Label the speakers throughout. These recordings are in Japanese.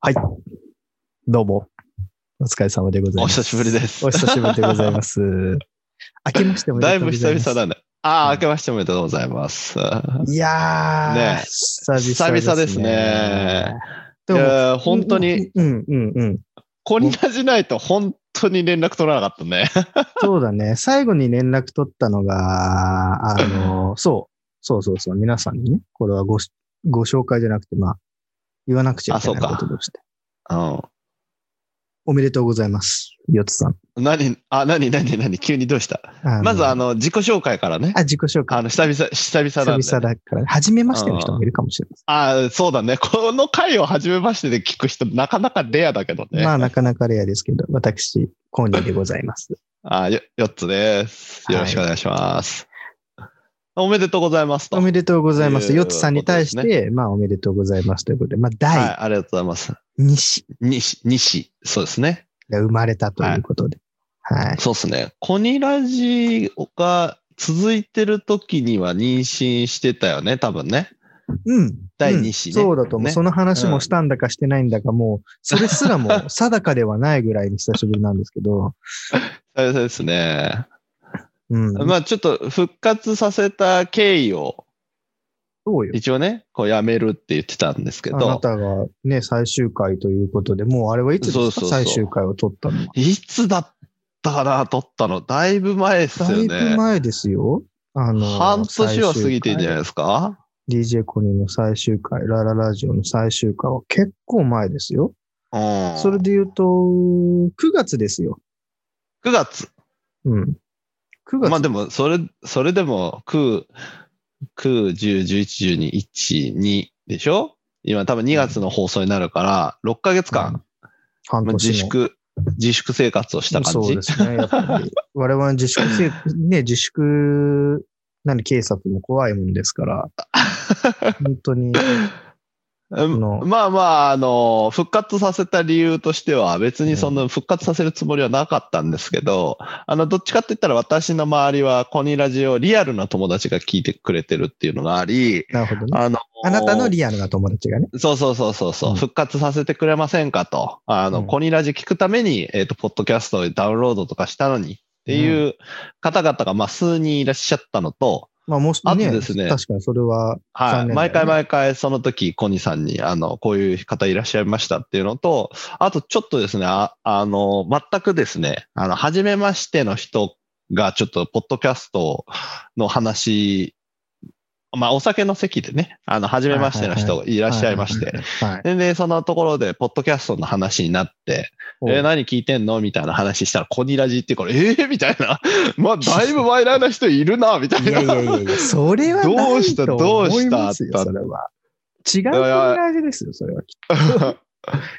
Speaker 1: はい。どうも。お疲れ様でござい
Speaker 2: お
Speaker 1: ます。
Speaker 2: 久しぶりです。
Speaker 1: お久しぶりでござい ます。明けましておめ
Speaker 2: だ
Speaker 1: で
Speaker 2: い
Speaker 1: とう
Speaker 2: ぶ
Speaker 1: ござ
Speaker 2: 久
Speaker 1: います。
Speaker 2: 々だね。ああ、
Speaker 1: うん
Speaker 2: 明けましておめでとうございます。
Speaker 1: いやー、
Speaker 2: ね
Speaker 1: 久々ですね。
Speaker 2: 久々ですねい
Speaker 1: でも
Speaker 2: やー本当に、。
Speaker 1: うんうんうん。
Speaker 2: こんな時ないと本当に連絡取らなかったね。
Speaker 1: そうだね。最後に連絡取ったのが、あの、そう、そうそうそう、皆さんにね、これはごしご紹介じゃなくて、まあ、言わなくちゃいけない
Speaker 2: あそう
Speaker 1: こ
Speaker 2: か
Speaker 1: ととして。
Speaker 2: う
Speaker 1: おめでとうございます。よつさん。
Speaker 2: ん。何、あ、何、何、何、急にどうしたまずあの、自己紹介からね。
Speaker 1: あ、自己紹介。
Speaker 2: あの、久々、久々なんで。
Speaker 1: 久々だから、初めましての人もいるかもしれない
Speaker 2: ああ、そうだね。この回を初めましてで聞く人、なかなかレアだけどね。
Speaker 1: まあ、なかなかレアですけど、私、コーニーでございます。
Speaker 2: あーよ4つです。よろしくお願いします。おめでとうございます と。
Speaker 1: おめでとうございます。
Speaker 2: という
Speaker 1: ヨッツさんに対して、
Speaker 2: こと
Speaker 1: まあ、おめでとうございますということで、まあ、
Speaker 2: はい、
Speaker 1: 第
Speaker 2: ありがとうございます。
Speaker 1: 2子
Speaker 2: 西、西、そうですね。
Speaker 1: が生まれたということで。はい。
Speaker 2: そうですね。コニラジが続いてる時には妊娠してたよね、多分ね。
Speaker 1: うん。
Speaker 2: 第二子ね
Speaker 1: うんそうだと思う、
Speaker 2: ね
Speaker 1: その話もしたんだかしてないんだか、もう、それすらも定かではないぐらいに久しぶりなんですけど、
Speaker 2: そうですね。
Speaker 1: うん。
Speaker 2: まあちょっと復活させた経緯を
Speaker 1: そうよ。
Speaker 2: 一応ね、こうやめるって言ってたんですけ
Speaker 1: あな
Speaker 2: ど、
Speaker 1: たがね、最終回ということで、もうあれはいつですか
Speaker 2: そうそうそう
Speaker 1: 最終回を撮ったのは。
Speaker 2: いつだったかな、撮ったの。だいぶ前です
Speaker 1: だ
Speaker 2: よ
Speaker 1: いぶ
Speaker 2: ね。
Speaker 1: 前ですよ。あの、
Speaker 2: 半年は過ぎてんじゃな
Speaker 1: い
Speaker 2: いですか
Speaker 1: ?DJ コニーの最終回、ラララジオの最終回は結構前ですよ。
Speaker 2: うん。
Speaker 1: それで言うと、9月ですよ。
Speaker 2: 9月。
Speaker 1: うん。9月。
Speaker 2: まあでも、それ、それでも、9、9、10、11、12、1、2でしょ今多分2月の放送になるから、6ヶ月間、
Speaker 1: 半
Speaker 2: まあ
Speaker 1: 年の
Speaker 2: 自粛、自粛生活をした感
Speaker 1: そう
Speaker 2: じ
Speaker 1: で。すね。やっぱ り我々の自粛せ、ね、自粛、何、警察も怖いもんです から、本当に、
Speaker 2: うん
Speaker 1: の
Speaker 2: まあまあ、あの、復活させた理由としては、別にその復活させるつもりはなかったんですけど、あの、どっちかって言ったら私の周りは、コニラジオリアルな友達が聞いてくれてるっていうのがあり、
Speaker 1: なるほどね。
Speaker 2: あの、
Speaker 1: あなたのリアルな友達がね。
Speaker 2: そうそうそうそうそう、
Speaker 1: うん
Speaker 2: 復活させてくれませんかと。あの、
Speaker 1: うん
Speaker 2: コニラジ聞くために、えっ、と、ポッドキャストをダウンロードとかしたのにっていう方々が、まあ、数人いらっしゃったのと、
Speaker 1: まあ、もし
Speaker 2: あと
Speaker 1: ね、
Speaker 2: ですね
Speaker 1: 確かにそれは、残念だ
Speaker 2: はい。
Speaker 1: よね
Speaker 2: 毎回毎回、その時、コニさんに、あの、こういう方いらっしゃいましたっていうのと、あとちょっとですね、ああの、全くですね、あの、初めましての人が、ちょっと、ポッドキャストの話、まあ、お酒の席でね、あの、初めましての人い
Speaker 1: い
Speaker 2: らっしゃいまして、。
Speaker 1: はい。
Speaker 2: で、でそのところで、ポッドキャストの話になって、えー何聞いてんのみたいな話したら、コニラジってこれ、えー、みたいな。 まあ、だいぶマイナーな人い るな、みたい
Speaker 1: いや
Speaker 2: な。
Speaker 1: いやいやいや、それは
Speaker 2: どうした
Speaker 1: ないと思
Speaker 2: どうした
Speaker 1: いますよ
Speaker 2: だっ
Speaker 1: そ
Speaker 2: た
Speaker 1: れは。違う感じですよ、それはきっ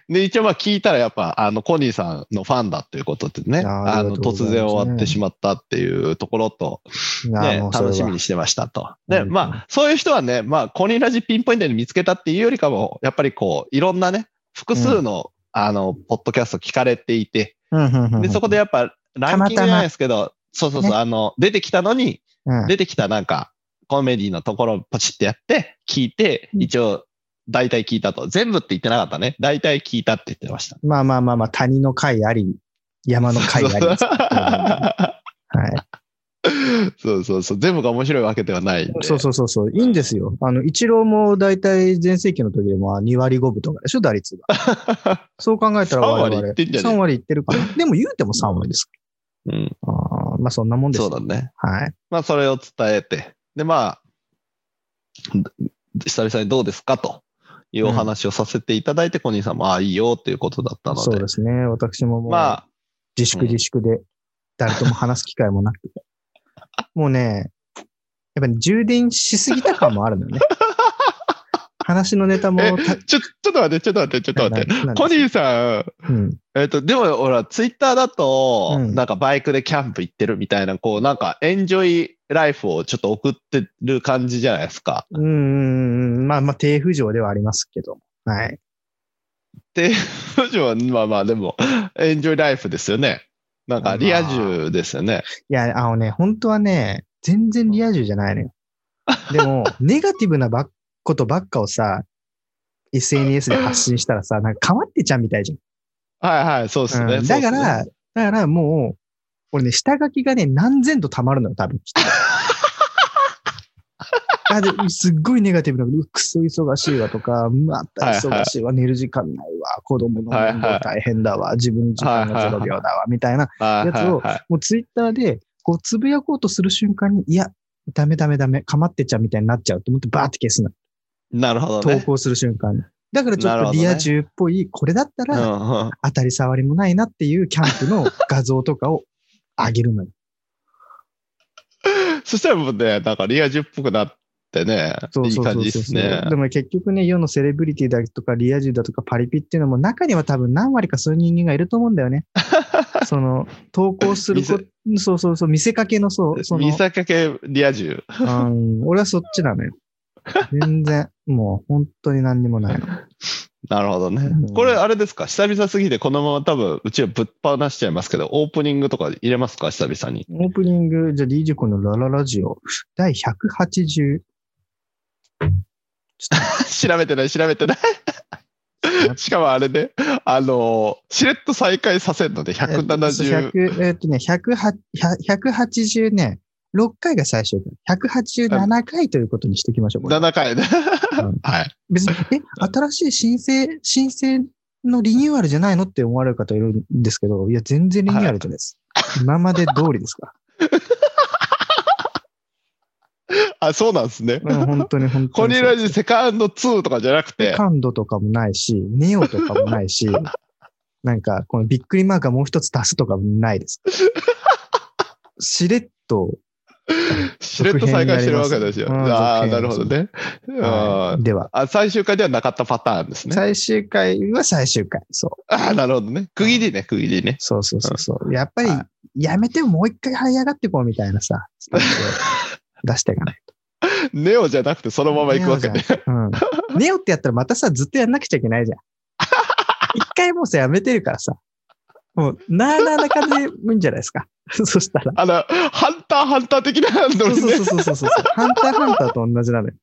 Speaker 2: で、一応まあ聞いたら、やっぱ、あの、コニーさんのファンだということでね、
Speaker 1: あー
Speaker 2: あ
Speaker 1: ありが
Speaker 2: の、
Speaker 1: とうございます
Speaker 2: 突然終わってしまったっていうところと、
Speaker 1: と。なあ
Speaker 2: ね、
Speaker 1: もうそれは
Speaker 2: 楽しみにしてましたと。
Speaker 1: う
Speaker 2: で、
Speaker 1: ん
Speaker 2: まあ、そういう人はね、まあ、コニラジピンポイントに見つけたっていうよりかも、やっぱりこう、いろんなね、複数の、あの、ポッドキャスト聞かれていて、
Speaker 1: うんうんうんうん
Speaker 2: で、そこでやっぱ、ランキングじゃないですけど、そうそうそう、
Speaker 1: ね
Speaker 2: あの、出てきたのに、
Speaker 1: うん
Speaker 2: 出てきたなんか、コメディのところをポチってやって、聞いて、
Speaker 1: うん
Speaker 2: 一応、大体聞いたと。全部って言ってなかったね。大体聞いたって言ってました。
Speaker 1: まあまあまあまあ、谷の会あり、山の会あり ですから。はい。
Speaker 2: そうそうそう。全部が面白いわけではないんで。
Speaker 1: そうそうそうそう。いいんですよ。あの、イチローも大体前世紀の時でも2割5分とかでしょ、打率が。そう考えたら我々
Speaker 2: 3割いってんじゃねえ
Speaker 1: 3割いってるかな。でも言うても3割です
Speaker 2: うん、
Speaker 1: から。あーまあそんなもんです
Speaker 2: そ
Speaker 1: よ
Speaker 2: うだね。
Speaker 1: はい。
Speaker 2: まあ、それを伝えて。で、まあ、ん久々にどうですかというお話をさせていただいて、コニーさんも、ああ、いいよということだったの
Speaker 1: そう
Speaker 2: で。
Speaker 1: ですね。私ももう
Speaker 2: まあ、
Speaker 1: 自粛自粛で誰とも話す機会もなくて。もうね、やっぱり充電しすぎた感もあるのよね。話のネタも
Speaker 2: え
Speaker 1: た、
Speaker 2: ちょ、ちょっと待って、ちょっと待って、ちょっと待って。
Speaker 1: ななん
Speaker 2: コニーさん、
Speaker 1: うん。
Speaker 2: えっ、と、でも、ほら、ツイッターだと、
Speaker 1: うん
Speaker 2: なんかバイクでキャンプ行ってるみたいな、こう、なんか、エンジョイライフをちょっと送ってる感じじゃないですか。
Speaker 1: うーん、まあまあ、低浮上ではありますけど。はい。
Speaker 2: で、もちろんまあまあ、でも、エンジョイライフですよね。なんか、リア充ですよね。
Speaker 1: いや、あのね、本当はね、全然リア充じゃないのよ。でも、ネガティブなばっことばっかをさ、 SNS で発信したらさ、なんかかまってちゃんみたいじ
Speaker 2: はいはい、そうです
Speaker 1: ゃん。
Speaker 2: ね。
Speaker 1: うんだか
Speaker 2: そうっ
Speaker 1: ら、
Speaker 2: すね
Speaker 1: だからもう、俺ね、下書きがね、何千と溜まるのよ、多 分。あですっごいネガティブなこと、うくそ忙しいわとか、また忙しいわ、寝る時間ないわ、子供の面倒大変だわ、自分の時間が0秒だわ、みたいな、
Speaker 2: はい
Speaker 1: や
Speaker 2: は
Speaker 1: つ
Speaker 2: い
Speaker 1: を
Speaker 2: はい
Speaker 1: もうツイッターで、こう、つぶやこうとする瞬間に、いや、ダメダメダメ、かまってちゃうみたいになっちゃうと思って、バーって消すの。
Speaker 2: なるほど
Speaker 1: 投
Speaker 2: ね。
Speaker 1: 稿する瞬間に。だからちょっとリア充っぽい、これだった
Speaker 2: うん
Speaker 1: ら
Speaker 2: うん
Speaker 1: 当たり障りもないなっていうキャンプの画像とかを上げるのよ。
Speaker 2: そしたらもうね、なんかリア充っぽくなってね、
Speaker 1: そう
Speaker 2: いい
Speaker 1: そうそう
Speaker 2: 感
Speaker 1: そう
Speaker 2: じですね。
Speaker 1: でも結局ね、世のセレブリティだとかリア充だとかパリピっていうのも中には多分何割かそういう人間がいると思うんだよ ね。その、投稿すること、そうそうそう、見せかけのそう、その
Speaker 2: 見、せかけリア充。
Speaker 1: うん、俺はそっちなのよ。全然、もう本当に何にもないの。
Speaker 2: なるほど
Speaker 1: う
Speaker 2: ね
Speaker 1: ん。
Speaker 2: これあれですか久々すぎてこのまま多分うちはぶっ放しちゃいますけど、オープニングとか入れますか久 々に。
Speaker 1: オープニング、じゃあ DJ コのラララジオ、第180、
Speaker 2: 調べてない調べてない。しかもあれで、あのーしれっと再開させるので170。
Speaker 1: えっと100えっとね、108 180ね、6回が最終回。187回ということにしておきましょう。これ
Speaker 2: 7回ね。はい。
Speaker 1: 別に、 え、新しい申請、申請のリニューアルじゃないのって思われる方いるんですけど、いや、全然リニューアルじゃないです。今まで通りですか
Speaker 2: あ、そうなんですね。
Speaker 1: ら。うん本当に本
Speaker 2: コ
Speaker 1: 当に
Speaker 2: ニ
Speaker 1: そう。
Speaker 2: ーラジセカンド2とかじゃなくて、
Speaker 1: カンドとかもないし、ネオとかもない し、なんか、このびっくりマークがもう一つ足すとかもない です。しれっと、
Speaker 2: しれっと再開してるわけですよ。
Speaker 1: 続編になります
Speaker 2: ああ、
Speaker 1: うん
Speaker 2: なるほどね。
Speaker 1: は
Speaker 2: あ
Speaker 1: い
Speaker 2: ー
Speaker 1: では、
Speaker 2: あ最終回ではなかったパターンですね。
Speaker 1: 最終回は最終回。そう。
Speaker 2: ああ、なるほどね。区切りね、区切りね。
Speaker 1: そうそうそうそう。やっぱり
Speaker 2: は、
Speaker 1: やめてももう一回這い上がってこうみたいな さ、スタンスを出していかない。
Speaker 2: ネオじゃなくてそのまま行くわけね。
Speaker 1: うん。ネオってやったらまたさ、ずっとやんなくちゃいけ ないじゃん。一回もうさ、やめてるからさ。もう、なーなーな感じでもいいんじゃないですか。 そしたら。
Speaker 2: あの、ハンター、ハンター的な
Speaker 1: そ
Speaker 2: の
Speaker 1: う
Speaker 2: に
Speaker 1: そう
Speaker 2: ね。
Speaker 1: そう そうそう。ハンターハンターと同じなのよ。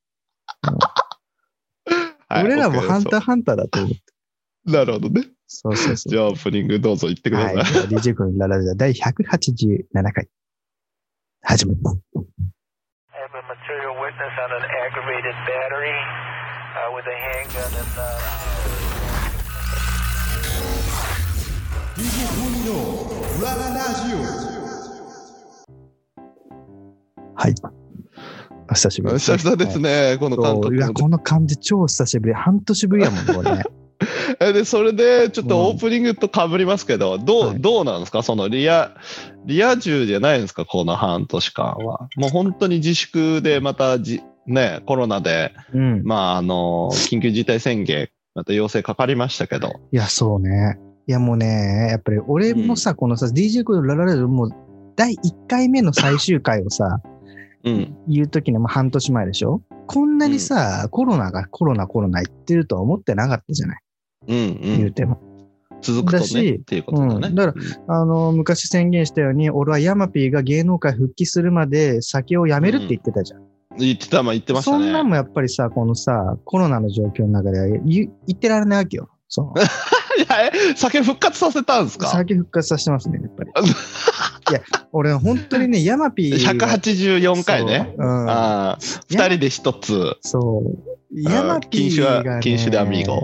Speaker 2: はい
Speaker 1: 俺らもハンター
Speaker 2: オッケ
Speaker 1: ハンターだと思って。
Speaker 2: ーなるほどね。
Speaker 1: そうそうそ
Speaker 2: じ
Speaker 1: う。
Speaker 2: ゃあ、オープニングどうぞ言ってくだ
Speaker 1: は
Speaker 2: さ
Speaker 1: い。
Speaker 2: い。
Speaker 1: では DJ 君のララジオ第187回。始めます。
Speaker 3: I have a material witness on an aggravated battery uh, with a handgun and. Uh
Speaker 4: DJ トミーのラララジ
Speaker 1: はい。お久しぶり
Speaker 2: 久々です。ね、この
Speaker 1: はい
Speaker 2: 感
Speaker 1: そういや、
Speaker 2: 覚。
Speaker 1: この感じ超久しぶり。半年ぶりやもんね、これね。
Speaker 2: えで、それで、ちょっと
Speaker 1: うん
Speaker 2: オープニングと被りますけど、どう、
Speaker 1: はい
Speaker 2: どうなんですかそのリア、リア充じゃないんですかこの半年間は。もう本当に自粛で、またじ、ね、コロナで、
Speaker 1: うん。
Speaker 2: まあ、あの、緊急事態宣言、また要請かかりましたけど。
Speaker 1: いや、そうね。いや、もうね、やっぱり俺もさ、このさ、DJ 君のラララジオもう第1回目の最終回をさ、
Speaker 2: うん。
Speaker 1: 言うときにもう半年前でしょこんなにさ、コロナがコロナコロナ言ってるとは思ってなかったじゃない、
Speaker 2: うん、う。
Speaker 1: 言うんても。
Speaker 2: 続くと
Speaker 1: だし
Speaker 2: ね、っていうことだね。
Speaker 1: うんだかあの、昔宣言したように、俺はヤマピーが芸能界復帰するまで酒をやめるって言ってたじゃん
Speaker 2: 言ってた、まあ言ってました
Speaker 1: そんなん
Speaker 2: ね。
Speaker 1: もやっぱりさ、このさ、コロナの状況の中では言言ってられないわけよ。その
Speaker 2: いやえ酒復活させたんですか
Speaker 1: 先復活させてますね、やっぱり。いや、俺本当に ね、ヤマピーが。
Speaker 2: ?184 回ね。
Speaker 1: そう。うん
Speaker 2: ああ、二人で一つ。
Speaker 1: そう。
Speaker 2: うん
Speaker 1: ヤマピ
Speaker 2: 禁酒
Speaker 1: ーが、
Speaker 2: は
Speaker 1: ね。
Speaker 2: 禁酒でアミーゴ。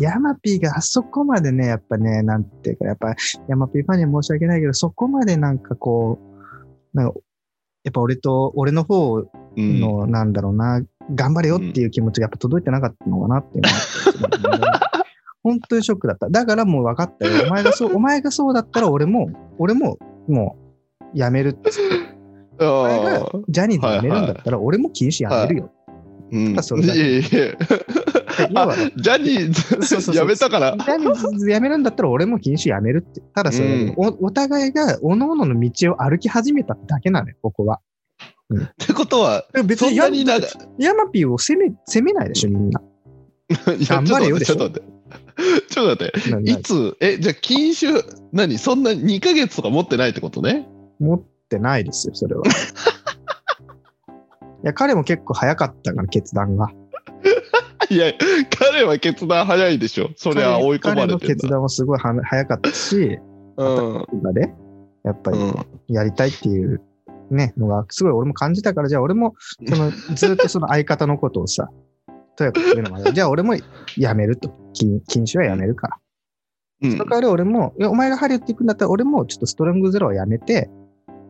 Speaker 1: ヤマピーがあそこまでね、やっぱね、なんていうか、やっぱ、ヤマピーファンには申し訳ないけど、そこまでなんかこう、なんかやっぱ俺と、俺の方
Speaker 2: うん。うん
Speaker 1: の、なんだろうな、頑張れよっていう気持ちがやっぱ届いてなかったのかなっていうのが、 本当にショックだった。だからもう分かったよ。お前がそう、お前がそうだったら俺も、俺も、もう、やめるっつって。お前が
Speaker 2: あ
Speaker 1: ジャニーズやめるんだったら、俺も禁止やめるよ。
Speaker 2: うん
Speaker 1: だそれだけ
Speaker 2: いえいえ
Speaker 1: 要
Speaker 2: あ
Speaker 1: は、ジ
Speaker 2: ジャニ
Speaker 1: そうそう
Speaker 2: ー
Speaker 1: そう
Speaker 2: ズやめたから。
Speaker 1: ャニーズやめるんだったら俺も禁止やめるって。ただそれだけ、
Speaker 2: うん
Speaker 1: お、お互いが、おののの道を歩き始めただけなのよ、ここは。
Speaker 2: ってことは、
Speaker 1: でも別
Speaker 2: そん
Speaker 1: にヤ
Speaker 2: な
Speaker 1: マ
Speaker 2: に長い。
Speaker 1: ヤマピーを責め、責めないでしょ、みんな。
Speaker 2: いや
Speaker 1: 頑張れよ
Speaker 2: ちょっと待って。ちょっと待って。ちょっと待って。いつ、え、じゃあ禁酒、何そんな2ヶ月とか持ってないってことね。
Speaker 1: 持ってないですよ、それは。いや、彼も結構早かったから、決断が。
Speaker 2: いいや、彼は決断早いでしょ。それは追い込ま
Speaker 1: 彼
Speaker 2: れ
Speaker 1: の
Speaker 2: てん
Speaker 1: 決
Speaker 2: だ。
Speaker 1: 断もすごいは早かったし、
Speaker 2: うん。
Speaker 1: 今で、やっぱり
Speaker 2: うん
Speaker 1: やりたいっていうね、のが、すごい俺も感じたから、じゃあ俺も、そ の、ずっとその相方のことをさ、とやかく言うのもあれだ じゃあ俺もやめると。禁禁酒はやめるから。
Speaker 2: う
Speaker 1: そ
Speaker 2: ん
Speaker 1: の代わり俺も、いやお前がハリウッド行くんだったら俺もちょっとストロングゼロはやめて、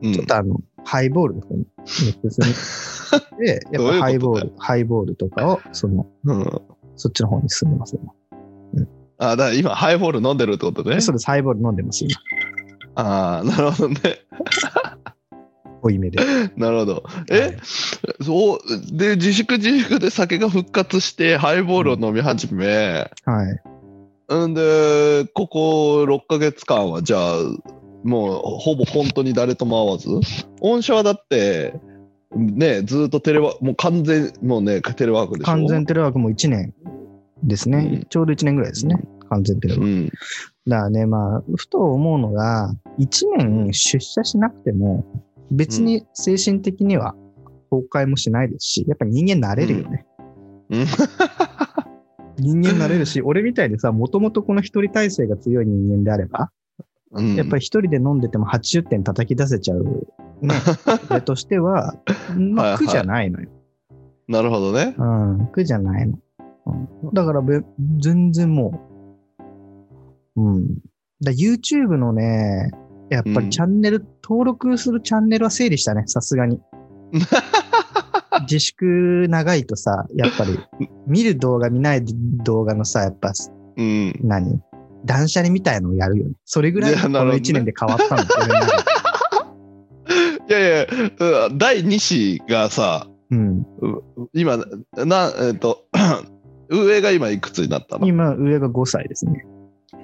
Speaker 2: うん
Speaker 1: ちょっとあの、ハイボールの方に進ん で、や
Speaker 2: どう
Speaker 1: っ
Speaker 2: いうことだよ
Speaker 1: ぱハイボール、ハイボールとかを、その、
Speaker 2: うん。
Speaker 1: そっちの方に進んでます、ね。
Speaker 2: あ、だから今、ハイボール飲んでるってことね。
Speaker 1: そうです、ハイボール飲んでます、今。
Speaker 2: ああ、なるほどね。
Speaker 1: 濃いめで。
Speaker 2: なるほど。
Speaker 1: は
Speaker 2: え
Speaker 1: い、
Speaker 2: そう、で、自粛自粛で酒が復活して、ハイボールを飲み始め、
Speaker 1: はい。
Speaker 2: んで、ここ6ヶ月間は、じゃあ、もう、ほぼ本当に誰とも会わず、御社はだって、ね、ずっとテレワーク、もう完全、もうね、テレワークでしょ。
Speaker 1: 完全テレワークも1年ですね。
Speaker 2: うん
Speaker 1: ちょうど1年ぐらいですね。完全テレワーク。
Speaker 2: うん。
Speaker 1: だからね、まあ、ふと思うのが、1年出社しなくても、別に精神的には崩壊もしないですし、やっぱ人間慣れるよね。
Speaker 2: うんうん
Speaker 1: 人間慣れるし、俺みたいにさ、もともとこの一人体制が強い人間であれば、
Speaker 2: うん、
Speaker 1: やっぱり一人で飲んでても80点叩き出せちゃう、 ね、俺としては、
Speaker 2: はい
Speaker 1: ま
Speaker 2: は
Speaker 1: あ、
Speaker 2: い
Speaker 1: 苦じゃないのよ。
Speaker 2: なるほどね。
Speaker 1: うん、苦じゃないの。うんだからべ、全然もう、うん。だ YouTube のね、やっぱ
Speaker 2: うん
Speaker 1: りチャンネル、登録するチャンネルは整理したね、さす がに。自粛長いとさ、やっぱり、見る動画見ない動画のさ、やっぱ、
Speaker 2: うん。
Speaker 1: 何断捨離みたいのをやるよね。それぐらい
Speaker 2: いや
Speaker 1: こ
Speaker 2: なるほど
Speaker 1: の
Speaker 2: ね
Speaker 1: 1年で変わ ったの。俺の中で
Speaker 2: いやいや、うん第2子がさ、
Speaker 1: うん。
Speaker 2: 今、な、えっ、と、 上が今いくつになったの
Speaker 1: 今、上が5歳ですね。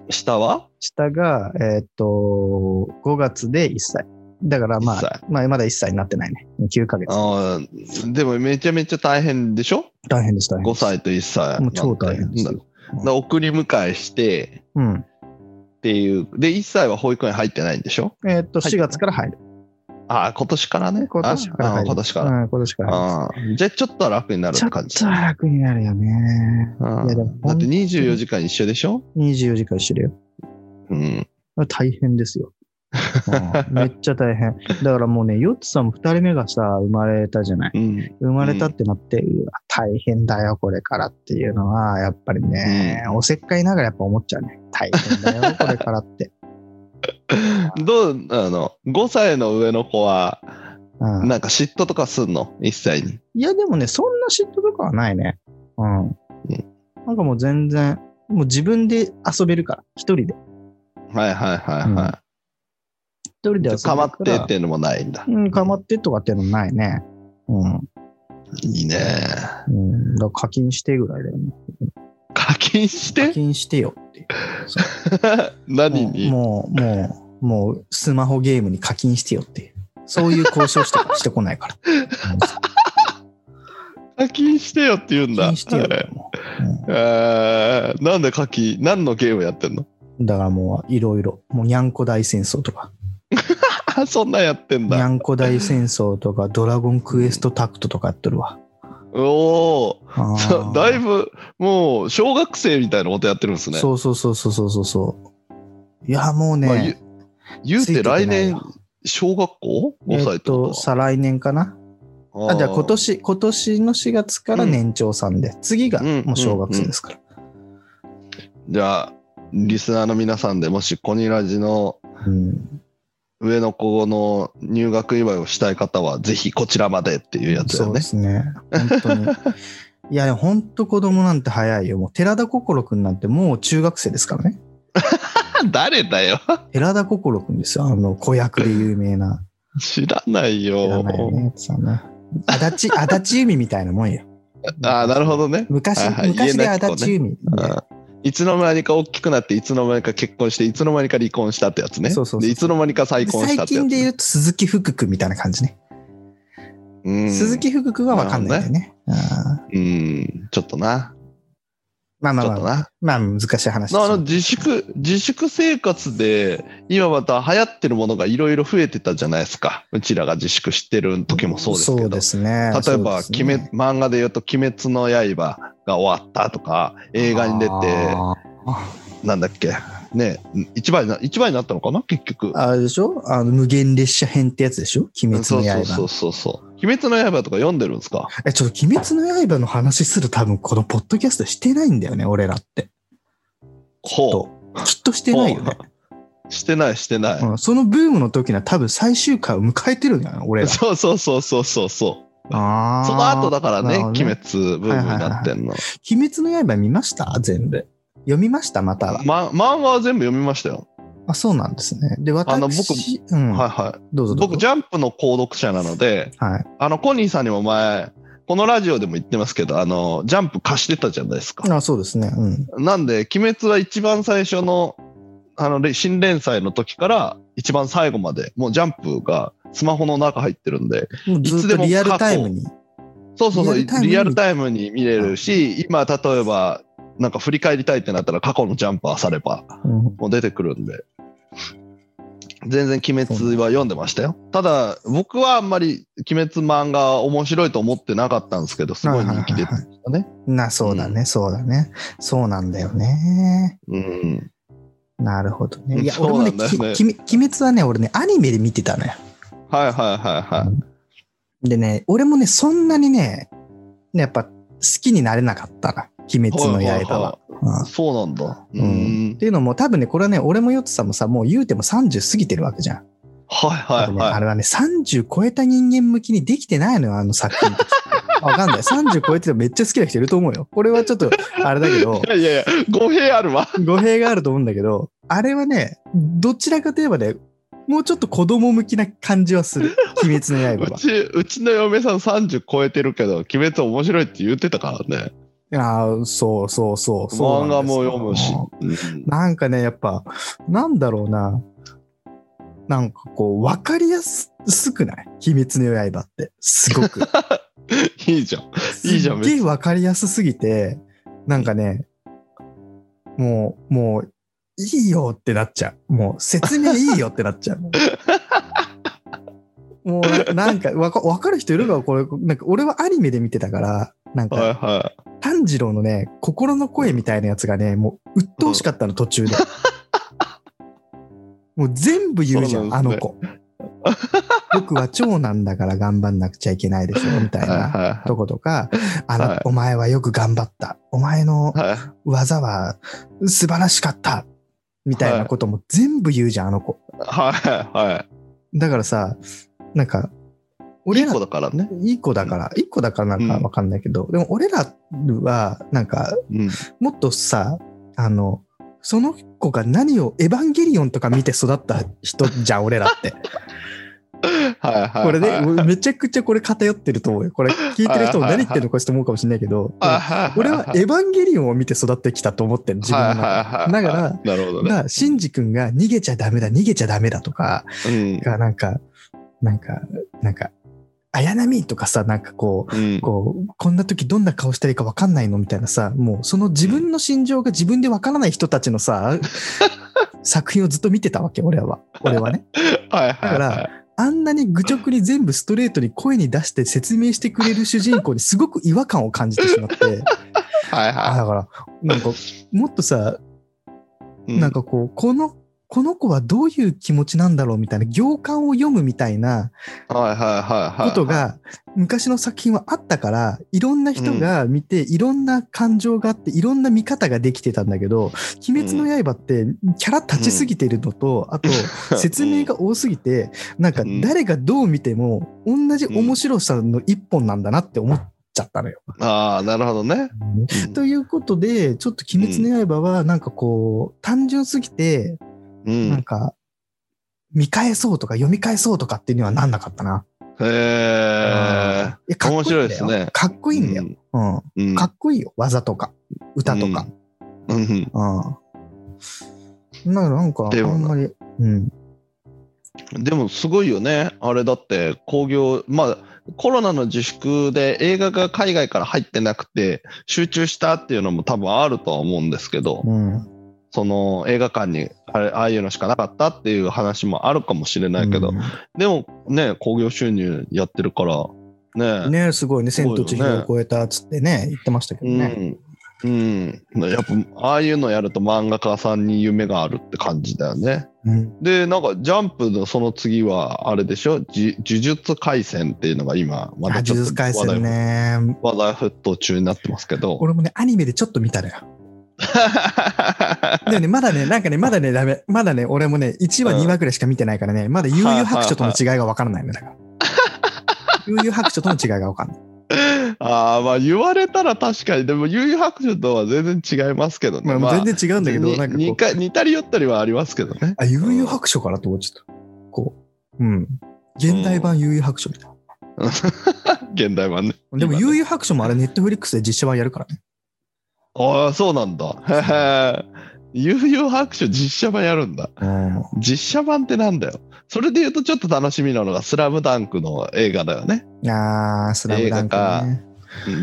Speaker 2: 下は
Speaker 1: 下が、えーっと、5月で1歳。だからまあ
Speaker 2: 1、歳
Speaker 1: まあ、まだ1歳になってないね。9ヶ月。
Speaker 2: あーでもめちゃめちゃ大変でしょ
Speaker 1: 大変です、大変で
Speaker 2: ?5
Speaker 1: す。
Speaker 2: 歳と1歳。
Speaker 1: もう超大変ですよ
Speaker 2: だから送り迎えして
Speaker 1: うん。
Speaker 2: っていう。で、1歳は保育園入ってないんでしょ
Speaker 1: えーっと、
Speaker 2: はい
Speaker 1: 4月から入る。
Speaker 2: ああ、今年からね。
Speaker 1: 今年から
Speaker 2: ああ
Speaker 1: 入る。
Speaker 2: 今年から。
Speaker 1: うん、今年から入る。
Speaker 2: あーじゃあちょっとは楽になる
Speaker 1: ちょ
Speaker 2: っ
Speaker 1: って
Speaker 2: 感じ。
Speaker 1: と楽になるよね。
Speaker 2: うん
Speaker 1: いやでも本当
Speaker 2: だって
Speaker 1: に
Speaker 2: 24時間一緒でしょ
Speaker 1: 24時間一緒だよ。
Speaker 2: うん。
Speaker 1: 大変ですよ。 うんめっちゃ大変。だからもうね、ヨッツさんも2人目がさ、生まれたじゃない。
Speaker 2: うん。
Speaker 1: 生まれたってなって、うわ、大変だよ、これからっていうのは、やっぱりね、おせっかいながらやっぱ思っちゃうね。大変だよ、これから って。
Speaker 2: どう、あの、5歳の上の子は、
Speaker 1: うん、
Speaker 2: なんか嫉妬とかすんの ?1 歳に。
Speaker 1: いや、でもね、そんな嫉妬とかはないね。うん。なんかもう全然、もう自分で遊べるから、一人で。
Speaker 2: はいはいはいは
Speaker 1: 一人
Speaker 2: い。
Speaker 1: で遊べる
Speaker 2: かま
Speaker 1: ら
Speaker 2: ってっていうのもないんだ。
Speaker 1: うん、かまってとかってのないね。うん。
Speaker 2: いいね。
Speaker 1: うん、だから課金してぐらいだよね。
Speaker 2: 課金し
Speaker 1: 課
Speaker 2: て
Speaker 1: 金してよっていう。
Speaker 2: 何に
Speaker 1: もう、もう、もう、スマホゲームに課金してよっていう。そういう交渉してしてこないから。
Speaker 2: 課金してよって言うん
Speaker 1: 課
Speaker 2: だ
Speaker 1: 金。してよって
Speaker 2: え
Speaker 1: も
Speaker 2: えーなんで課金何のゲームやってんの
Speaker 1: う。だからもう、いろいろ。もう、にゃんこ大戦争とか。
Speaker 2: あそんなんやってん
Speaker 1: にゃ
Speaker 2: だ。
Speaker 1: んこ大戦争とか、ドラゴンクエストタクトとかやってるわ。
Speaker 2: おお、
Speaker 1: あー
Speaker 2: だいぶもう小学生みたいなことやってるんですね。
Speaker 1: そうそうそうそうそうそうそう。いや、もう
Speaker 2: まあ言
Speaker 1: ね
Speaker 2: う、言う
Speaker 1: つい
Speaker 2: て
Speaker 1: てけない
Speaker 2: 来
Speaker 1: よ
Speaker 2: 年小学校 ?5
Speaker 1: え
Speaker 2: 歳
Speaker 1: っ
Speaker 2: ってこと
Speaker 1: と、再来年かな。
Speaker 2: か
Speaker 1: あじゃあ今。年、今年の4月から年長さんで、次が
Speaker 2: うん
Speaker 1: もう小学生ですから。
Speaker 2: ーじゃあリスナーの皆さんでもしコニラジの
Speaker 1: うん
Speaker 2: 上の子の入学祝いをしたい方はぜひこちらまでっていうやつだ
Speaker 1: そ
Speaker 2: よ
Speaker 1: うで
Speaker 2: ね。
Speaker 1: すね。本 当に。いや、でも本当子供なんて早いよ。もう寺田心くんなんてもう中学生ですからね。
Speaker 2: 誰だよ
Speaker 1: 寺田心くんですよ。あの、子役で有名な。
Speaker 2: 知らないよ。
Speaker 1: 知らないよね、やつさんね。足立、足立由美みたいなもんよ。
Speaker 2: ああ、なるほどね。
Speaker 1: 昔、
Speaker 2: はいはい
Speaker 1: 昔で
Speaker 2: 家なき
Speaker 1: 足
Speaker 2: 子ね
Speaker 1: 立由美、
Speaker 2: うんいつの間にか大きくなって、いつの間にか結婚して、いつの間にか離婚したってやつね。
Speaker 1: そうそうそう
Speaker 2: でいつの間にか再
Speaker 1: で
Speaker 2: 婚
Speaker 1: 最
Speaker 2: したってやつ
Speaker 1: 近で
Speaker 2: ね、
Speaker 1: 言うと鈴木福君みたいな感じね。
Speaker 2: うん
Speaker 1: 鈴木福君はわかんないんだよね。あ
Speaker 2: うん、ちょっとな。
Speaker 1: まあま
Speaker 2: ち
Speaker 1: あ
Speaker 2: ょっと
Speaker 1: まあ、
Speaker 2: な。
Speaker 1: まあ難しい話です
Speaker 2: あの
Speaker 1: ね。
Speaker 2: 自粛、自粛生活で、今また流行ってるものがいろいろ増えてたじゃないですか。うちらが自粛してる時もそうですけ
Speaker 1: そう
Speaker 2: ど
Speaker 1: で。すね。
Speaker 2: 例えば、
Speaker 1: そうです
Speaker 2: 鬼
Speaker 1: ね
Speaker 2: 滅、漫画で言うと、鬼滅の刃が終わったとか、映画に出て、
Speaker 1: あ
Speaker 2: なんだっけ、ね、一番にな、一番になったのかな結局
Speaker 1: ー。あれでしょあの無限列車編ってやつでしょ鬼滅
Speaker 2: そう
Speaker 1: の
Speaker 2: そ
Speaker 1: 刃。
Speaker 2: うそうそうそう。鬼滅の刃とか読んでるんですか
Speaker 1: え、ちょっと鬼滅の刃の話する多分このポッドキャストしてないんだよね、俺らって。
Speaker 2: ほ
Speaker 1: きっとしてないよね。
Speaker 2: う。してない、してない。
Speaker 1: うん、そのブームの時には多分最終回を迎えてるんだよね、俺ら。
Speaker 2: そうそうそうそうそうそう。
Speaker 1: あー
Speaker 2: その後だから
Speaker 1: な
Speaker 2: ね、
Speaker 1: るほど
Speaker 2: 鬼滅ブームになってんの。
Speaker 1: 鬼滅の刃見ました全部。読みましたまたは。
Speaker 2: ま、漫画は全部読みましたよ。
Speaker 1: あ、そうなんですね。で、私、
Speaker 2: あの僕
Speaker 1: うん、
Speaker 2: はいはい。
Speaker 1: どうぞどうぞ。
Speaker 2: 僕、ジャンプの購読者なので、
Speaker 1: はい。
Speaker 2: あの、コニーさんにも前、このラジオでも言ってますけど、あの、ジャンプ貸してたじゃないですか。
Speaker 1: あ、そうですね。うん。
Speaker 2: なんで、鬼滅は一番最初の、あの、れ新連載の時から、一番最後まで、もうジャンプがスマホの中入ってるんで、
Speaker 1: もうずっとリアルタイムに。
Speaker 2: そうそうそう、
Speaker 1: リアルタイムに
Speaker 2: リアルタイムに見れるし、今、例えば、なんか振り返りたいってなったら、過去のジャンプあされば、
Speaker 1: うん
Speaker 2: もう出てくるんで。全然鬼滅は読んでましたよ。ただ、僕はあんまり鬼滅漫画面白いと思ってなかったんですけど、すごい人気出てましたね。
Speaker 1: な、そうだね、そうだね。そうなんだよね。
Speaker 2: うん。
Speaker 1: なるほどね。いや、
Speaker 2: そ
Speaker 1: 俺
Speaker 2: う
Speaker 1: も
Speaker 2: な
Speaker 1: ね、
Speaker 2: んだよ
Speaker 1: き
Speaker 2: ね
Speaker 1: き鬼滅はね、俺ね、アニメで見てたのよ。
Speaker 2: はいはいはいはい。
Speaker 1: でね、俺もね、そんなにね、ねやっぱ好きになれなかったな、鬼滅の刃は。うん
Speaker 2: そうなんだ。う
Speaker 1: うん
Speaker 2: ん
Speaker 1: って。いうのも多分ね、これはね、俺もヨッツさんもさ、もう言うても30過ぎてるわけじゃん。
Speaker 2: はいは
Speaker 1: あと
Speaker 2: い
Speaker 1: ねあ
Speaker 2: は
Speaker 1: れはね、30超えた人間向きにできてないのよ、あの作 品たち。わかんない。30超えててもめっちゃ好きな人いると思うよ。これはちょっと、あれだけど
Speaker 2: い。、いやいやいや、語弊あるわ。
Speaker 1: 語弊があると思うんだけど、あれはね、どちらかといえばね、もうちょっと子供向きな感じはする。鬼滅の刃
Speaker 2: うち、うちの嫁さん30超えてるけど、鬼滅面白いって言ってたからね。
Speaker 1: は。ああ、そうそうそうそう
Speaker 2: 漫
Speaker 1: な
Speaker 2: 画
Speaker 1: んです
Speaker 2: も
Speaker 1: よ
Speaker 2: 読むし。うん
Speaker 1: なんかね、やっぱ、なんだろうな。なんかこう、わかりやすくない鬼滅の刃って。すごく。
Speaker 2: いいじゃん。 いいじゃん
Speaker 1: すっげえわかりやすすぎて、なんかね、もう、もう、いいよってなっちゃう。もう、説明いいよってなっちゃう。もう、ななんか、わかわかる人いるかこれ、なんか、俺はアニメで見てたから、なん
Speaker 2: はい
Speaker 1: か、
Speaker 2: は
Speaker 1: 炭治郎のね、心の声みたいなやつがね、もう、鬱陶しかったの、途 中で。もう全部言うじゃん、
Speaker 2: そうな
Speaker 1: あ
Speaker 2: んですね
Speaker 1: の子。僕は長男だから頑張んなくちゃいけないでしょ、みた
Speaker 2: い。はい
Speaker 1: いな。
Speaker 2: は
Speaker 1: とことか、あの、
Speaker 2: はい
Speaker 1: お前はよく頑張った。お前の
Speaker 2: いはい。はい
Speaker 1: 技は素晴らしかった。みたいなことも全部言うじゃん、あの子。
Speaker 2: はいは
Speaker 1: だからさ、なんか、
Speaker 2: い。い
Speaker 1: 俺
Speaker 2: い
Speaker 1: ら、
Speaker 2: 子だからね。
Speaker 1: いい子だから、いい子だからなんかわかんないけど、でも俺らは、なんか、
Speaker 2: うん。
Speaker 1: もっとさ、あの、その子が何を、エヴァンゲリオンとか見て育った人じゃん、俺らって。
Speaker 2: はい はいはい。
Speaker 1: これね、俺めちゃくちゃこれ偏ってると思うよ。これ聞いてる人も何言ってるのかちょっと思うかもしれないけど、
Speaker 2: はいはいはい、
Speaker 1: 俺はエヴァンゲリオンを見て育ってきたと思ってる自分
Speaker 2: はい
Speaker 1: は。
Speaker 2: はいは
Speaker 1: だ
Speaker 2: い。
Speaker 1: から、
Speaker 2: なるほど
Speaker 1: だか
Speaker 2: ね。
Speaker 1: らシンジ君が逃げちゃダメだ、逃げちゃダメだとか、
Speaker 2: うん。
Speaker 1: がなんか、なんか、なんか、綾波とかさ、なんかこう、
Speaker 2: うん
Speaker 1: こう、こんな時どんな顔したらいいかわかんないのみたいなさ、もうその自分の心情が自分でわからない人たちの さ、作品をずっと見てたわけ、俺は。俺はね。
Speaker 2: はいはい
Speaker 1: だ
Speaker 2: は
Speaker 1: かあんなに愚直に全部ストレートに声に出して説明してくれる主人公にすごく違和感を感じてしまって。
Speaker 2: い。はい
Speaker 1: あ
Speaker 2: は
Speaker 1: だから、なんか、もっとさ、
Speaker 2: い。
Speaker 1: なんかこう、この、この子はどういう気持ちなんだろうみたいな、行間を読むみたいな
Speaker 2: うん、はいはいはいはい。
Speaker 1: ことが、昔の作品はあったから、いろんな人が見て、いろんな感情があって、いろんな見方ができてたんだけど、鬼滅の刃って、キャラ立ちすぎてるのと、あと、説明が多すぎて、なんか
Speaker 2: うん
Speaker 1: 誰がどう見ても、同じ面白さの一本なんだなって思っちゃったのよ。
Speaker 2: ああ、なるほどね。うん
Speaker 1: ということで、ちょっと鬼滅の刃は、なんかこう、単純すぎて、
Speaker 2: う
Speaker 1: なん
Speaker 2: ん。
Speaker 1: か、見返そうとか読み返そうとかっていうにはなんなかったな。
Speaker 2: へえ。
Speaker 1: いやかっこんだよ
Speaker 2: 面白いですね
Speaker 1: かっこいいんだよ。うん。
Speaker 2: うん。
Speaker 1: かっこいいよ。技とか、歌とか。
Speaker 2: うん。うん
Speaker 1: うん。なんか、なんか、
Speaker 2: でも
Speaker 1: あんまり、うん。
Speaker 2: でもすごいよね。あれだって、興行、まあ、コロナの自粛で映画が海外から入ってなくて集中したっていうのも多分あるとは思うんですけど、
Speaker 1: うん。
Speaker 2: その映画館にあれああいうのしかなかったっていう話もあるかもしれないけど、でもね、興行収入やってるから、ね。
Speaker 1: うん。ねすごいね、
Speaker 2: す
Speaker 1: 千
Speaker 2: ごいよ
Speaker 1: と
Speaker 2: ね
Speaker 1: 千尋を超えたっつってね、言ってましたけどね。
Speaker 2: うん。うん。やっぱ、ああいうのやると漫画家さんに夢があるって感じだよね。
Speaker 1: うん。
Speaker 2: で、なんか、ジャンプのその次は、あれでしょじ呪術廻戦っていうのが今、ま
Speaker 1: あ、呪
Speaker 2: だちょっ
Speaker 1: 術
Speaker 2: と
Speaker 1: 廻
Speaker 2: 話
Speaker 1: 戦
Speaker 2: 題,、
Speaker 1: ね。
Speaker 2: 話題沸騰中になってますけど。
Speaker 1: 俺もね、アニメでちょっと見たのよ。でもね、まだね、なんかね、まだね、ダメ。まだね、俺もね、1話、
Speaker 2: うん
Speaker 1: 2話くらいしか見てないからね、まだ悠々白書との違いが分からないのだから。悠々白書との違いが分かんない。
Speaker 2: ああ、まあ言われたら確かに、でも、悠々白書とは全然違いますけどね。
Speaker 1: まあ、もう全然違うんだけど、
Speaker 2: に
Speaker 1: なんかこ
Speaker 2: 似
Speaker 1: う、
Speaker 2: か似たり寄ったりはありますけどね。
Speaker 1: あ、悠々白書からと思っちゃった。こう、うん。現代版悠々白書みたいな。
Speaker 2: 現代版ね。
Speaker 1: でも、
Speaker 2: 今ね
Speaker 1: 悠々白書もあれ、ネットフリックスで実写版やるからね。
Speaker 2: ああ、そうなんだ。へへ。悠々白書実写版やるんだ。
Speaker 1: うん。
Speaker 2: 実写版ってなんだよ。それで言うとちょっと楽しみなのが、スラムダンクの映画だよね。
Speaker 1: あー、スラムダンクね。
Speaker 2: うん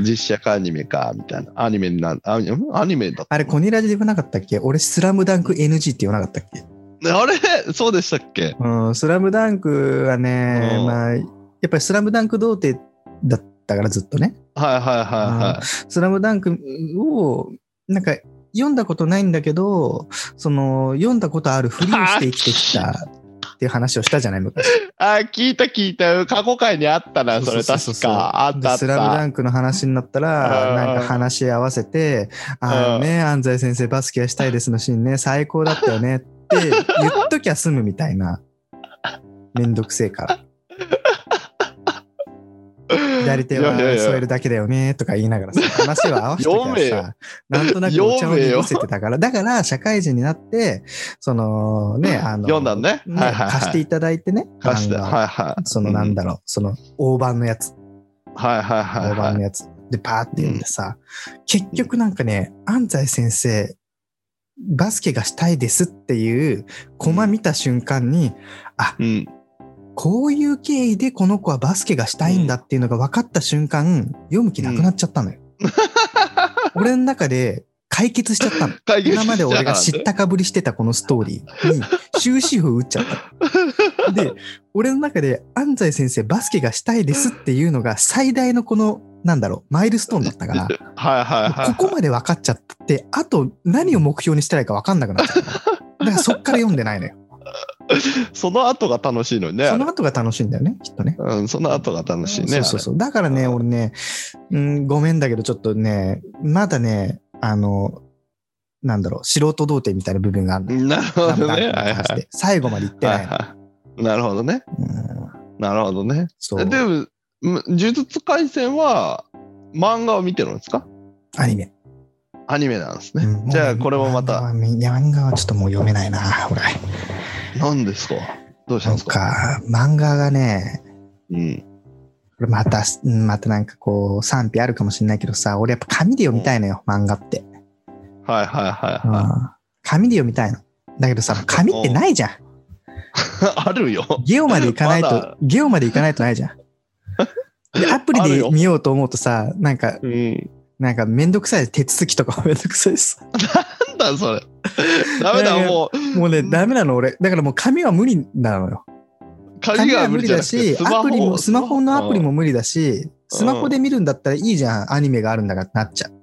Speaker 2: 実写かアニメか、みたいな。アニメになん、アニメアニメだった
Speaker 1: あれ、コニラジで言わなかったっけ俺、スラムダンク NG って言わなかったっけ
Speaker 2: あれそうでしたっけ
Speaker 1: うん、スラムダンクはね、
Speaker 2: うん
Speaker 1: まあ、やっぱりスラムダンク童貞だったからずっとね。
Speaker 2: はいはいは
Speaker 1: スラムダンクを、なんか、読んだことないんだけど、その、読んだことあるふりをして生きてきたっていう話をしたじゃないのか。
Speaker 2: いはい。あ、聞いた聞いた。過去回にあったな、それ
Speaker 1: うう
Speaker 2: 確
Speaker 1: う
Speaker 2: か。あったあ
Speaker 1: で
Speaker 2: った。
Speaker 1: スラムダンクの話になったら、
Speaker 2: うん
Speaker 1: なんか話し合わせて、あのね、安西先生バスケがしたいですのシーンね、最高だったよねって言っときゃ済むみたいな。めんどくせえから。左手はい
Speaker 2: やいやいや
Speaker 1: 添えるだけだよねとか言いながらさ、話は合わせて
Speaker 2: 読め
Speaker 1: たら
Speaker 2: よ
Speaker 1: さ、なんとなくお茶を
Speaker 2: 読めよ
Speaker 1: 濁せてたから、だから社会人になって、そのね、あの、
Speaker 2: 読んだのね。
Speaker 1: ね
Speaker 2: はいはいはい。
Speaker 1: 貸していただいてね、
Speaker 2: 貸して
Speaker 1: 漫画を
Speaker 2: はいはい。
Speaker 1: そのなんだろう、その大判のやつ、
Speaker 2: うん。はいはいは
Speaker 1: 大
Speaker 2: いは
Speaker 1: 判の
Speaker 2: い。
Speaker 1: やつでパーって読んでさ、結局なんかね、安西先生、バスケがしたいですっていうコマ見た瞬間に、
Speaker 2: うん。
Speaker 1: こういう経緯でこの子はバスケがしたいんだっていうのが分かった瞬間、読む気なくなっちゃった のよ。俺の中で解決しちゃったの。
Speaker 2: 会議室
Speaker 1: 今まで俺が知ったかぶりしてたこのストーリーに終止符打っちゃった。で、俺の中で安西先生バスケがしたいですっていうのが最大のこの、なんだろう、マイルストーンだったから、
Speaker 2: はいはいはい。
Speaker 1: ここまで分かっちゃって、あと何を目標にしたらいいか分かんなくなっちゃったから。だからそっから読んでないのよ。
Speaker 2: その後が楽しいのにね。
Speaker 1: その後が楽しいんだよね、きっとね。
Speaker 2: うん、その後が楽しいね。
Speaker 1: そうそうそう。だからね、俺ね、うん、ごめんだけど、ちょっとね、まだね、あの、なんだろう、素人童貞みたいな部分があるの。
Speaker 2: なるほど
Speaker 1: なん
Speaker 2: ね。
Speaker 1: か
Speaker 2: はい
Speaker 1: 話して
Speaker 2: は
Speaker 1: 最後まで言っ
Speaker 2: い。
Speaker 1: て
Speaker 2: は
Speaker 1: ないい。
Speaker 2: はい。なるほどね。
Speaker 1: うん
Speaker 2: なるほどね。
Speaker 1: そ
Speaker 2: で
Speaker 1: う。
Speaker 2: も、む呪術廻戦は漫画を見てるんですか
Speaker 1: アニメ。
Speaker 2: アニメなんですね
Speaker 1: う。ん
Speaker 2: じゃあ、これもま。た、
Speaker 1: 漫画は漫画はちょっともう読めないな、俺。
Speaker 2: 何ですかどうした
Speaker 1: なんん
Speaker 2: ですか
Speaker 1: か、漫画がね、
Speaker 2: うん。
Speaker 1: これまた、うんまたなんかこう、賛否あるかもしれないけどさ、俺やっぱ紙で読みたいのよ、漫画って。
Speaker 2: はいはいはい
Speaker 1: うん
Speaker 2: は
Speaker 1: 紙で読みたいの。だけどさ、紙ってないじゃん。
Speaker 2: い。 あるよ。
Speaker 1: ゲオまで行かない
Speaker 2: ま
Speaker 1: と
Speaker 2: だ、
Speaker 1: ゲオまで行かないとないじ ゃん。で、アプリ
Speaker 2: ある
Speaker 1: で
Speaker 2: よ
Speaker 1: 見ようと思うとさ、なんか、
Speaker 2: うん。
Speaker 1: なんかめんどくさい、手続きとかもめんどくさいです。
Speaker 2: なんだそれ。ダメ
Speaker 1: いやい
Speaker 2: だ、
Speaker 1: や
Speaker 2: も
Speaker 1: もうね、ダメなの俺。だからもう紙は無理なのよ。
Speaker 2: う、鍵
Speaker 1: 紙は
Speaker 2: が
Speaker 1: 無
Speaker 2: 無
Speaker 1: 理
Speaker 2: 理じゃ
Speaker 1: だ
Speaker 2: なくて
Speaker 1: し、アプリも、スマホのアプリ。も無理だし、スマホで見るんだったらいいじゃん、アニメがあるんだからってなっちゃう。
Speaker 2: うん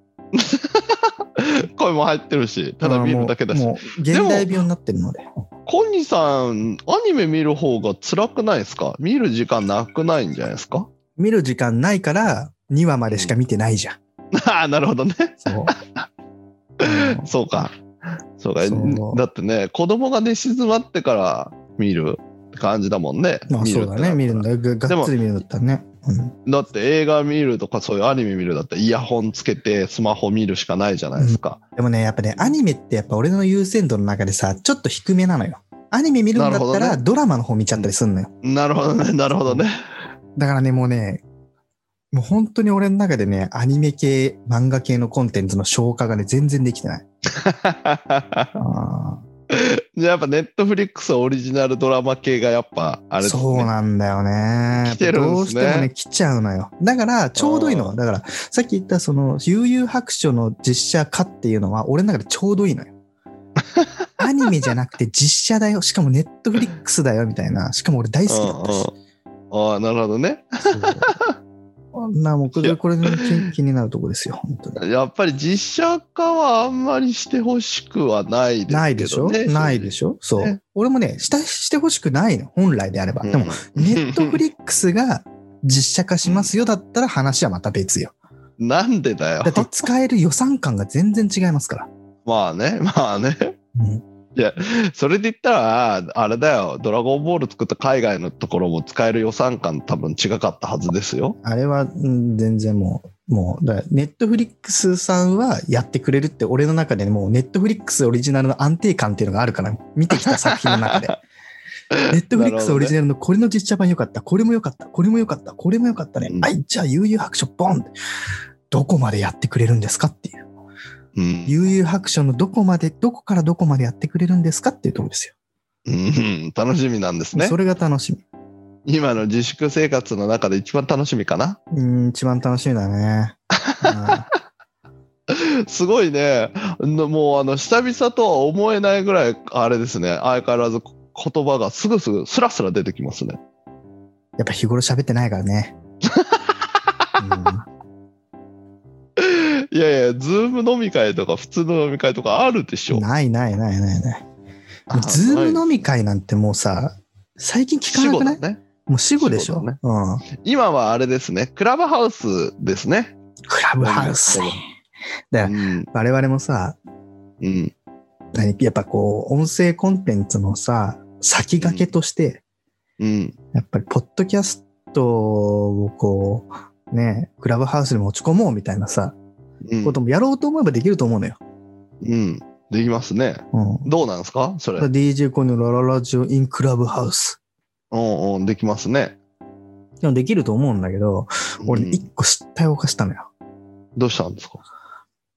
Speaker 2: 声も入ってるし、ただ見るだけだし。
Speaker 1: もう、現代病になってるので。
Speaker 2: コニーさん、アニメ見る方が辛くないですか見る時間なくないんじゃないですか
Speaker 1: 見る時間ないから、2話までしか見てないじゃん。
Speaker 2: ああ、なるほどね。
Speaker 1: そう。うん
Speaker 2: そうか。そうか。
Speaker 1: そう
Speaker 2: だってね、子供が寝静まってから見るって感じだもんね。
Speaker 1: まあ
Speaker 2: 見る
Speaker 1: そ
Speaker 2: っ
Speaker 1: う
Speaker 2: て
Speaker 1: だね、
Speaker 2: なったら
Speaker 1: 見るんだよ。が
Speaker 2: で
Speaker 1: がっ
Speaker 2: も
Speaker 1: つり見るんだったらね。うん
Speaker 2: だって映画見るとかそういうアニメ見るだったらイヤホンつけてスマホ見るしかないじゃないですか。
Speaker 1: でもね、やっぱね、アニメってやっぱ俺の優先度の中でさ、ちょっと低めなのよ。アニメ見るんだった
Speaker 2: なるほ
Speaker 1: ら、
Speaker 2: ど
Speaker 1: ドラマの方見ちゃったりすんのよ。
Speaker 2: なるほどね、なる ほどね。
Speaker 1: だからね、もうね、もう本当に俺の中でね、アニメ系、漫画系のコンテンツの消化がね、全然できてない。あー
Speaker 2: じゃあやっぱネットフリックスオリジナルドラマ系がやっぱあれですね
Speaker 1: そうなんだよね。
Speaker 2: 来てるんですね
Speaker 1: どうしてもね、来ちゃうのよ。だから、ちょうどいいの
Speaker 2: あ
Speaker 1: よ。だから、さっき言った、その、悠々白書の実写化っていうのは、俺の中でちょうどいいのよ。 アニメじゃなくて実写だよ。しかもネットフリックスだよ、みたいな。しかも俺大好きだったし。
Speaker 2: うんうんああ、なるほどね。
Speaker 1: こんなもうこれ、これ気気になるとこですよ、本当に。
Speaker 2: やっぱり実写化はあんまりしてほしくはないですけどね。
Speaker 1: ないでしょないで
Speaker 2: し
Speaker 1: しょそ
Speaker 2: ね
Speaker 1: う。俺もね、した、してほしくないの。本来であれば。でも、ネットフリックスが実写化しますよだったら話はまた別よ。
Speaker 2: なんでだよ
Speaker 1: だ。って使える予算感が全然違いますから。
Speaker 2: まあね、 まあね。
Speaker 1: うん
Speaker 2: それで言ったら、あれだよ、ドラゴンボール作った海外のところも使える予算感多分違かったはずですよ。
Speaker 1: あれは、うん全然もう、もう、だからネットフリックスさんはやってくれるって、俺の中でもうネットフリックスオリジナルの安定感っていうのがあるから、 見てきた作品の中で。 ネットフリックスオリジナルのこれの実写版良かった、これも良かった、これも良かった、これも良かったね
Speaker 2: う。ん
Speaker 1: はい、じゃあ、悠々白書、ボンってどこまでやってくれるんですかっていう。
Speaker 2: うん。
Speaker 1: 悠々白書のどこまで、どこからどこまでやってくれるんですかっていうところですよ。
Speaker 2: うん、楽しみなんですね
Speaker 1: そ。れが楽しみ。
Speaker 2: 今の自粛生活の中で一番楽しみかな。
Speaker 1: うん、一番楽しみだ ね。あ
Speaker 2: すごいね。のもうあの、久々とは思えないぐらい、あれですね。相変わらず言葉がすぐすぐ、スラスラ出てきますね。
Speaker 1: やっぱ日頃喋ってないからね。
Speaker 2: いやいや、ズーム飲み会とか普通の飲み会とかあるでし
Speaker 1: う
Speaker 2: ょ
Speaker 1: ん、。ないないないないない。もうズーム飲み会なんてもうさ、最近聞かなくない
Speaker 2: 死語だね。
Speaker 1: もう死語でしょ。
Speaker 2: 死語だね
Speaker 1: うん。
Speaker 2: 今はあれですね。クラブハウスですね。
Speaker 1: クラブハウスね。
Speaker 2: う
Speaker 1: だから
Speaker 2: ん。
Speaker 1: 我々もさ、
Speaker 2: うん。
Speaker 1: 何やっぱこう、音声コンテンツのさ、先駆けとして、
Speaker 2: うん。
Speaker 1: やっぱりポッドキャストをこう、ね、クラブハウスに持ち込もうみたいなさ、
Speaker 2: うん
Speaker 1: こともやろうと思えばできると思うのよ。
Speaker 2: うん。できますね。
Speaker 1: うん。
Speaker 2: どうなんですかそれ。う
Speaker 1: DJ コニのラララジオインクラブハウス。
Speaker 2: んうん。できますね。
Speaker 1: でもできると思うんだけど、俺
Speaker 2: うん
Speaker 1: ね一個失態を犯したのよ。
Speaker 2: どうしたんですか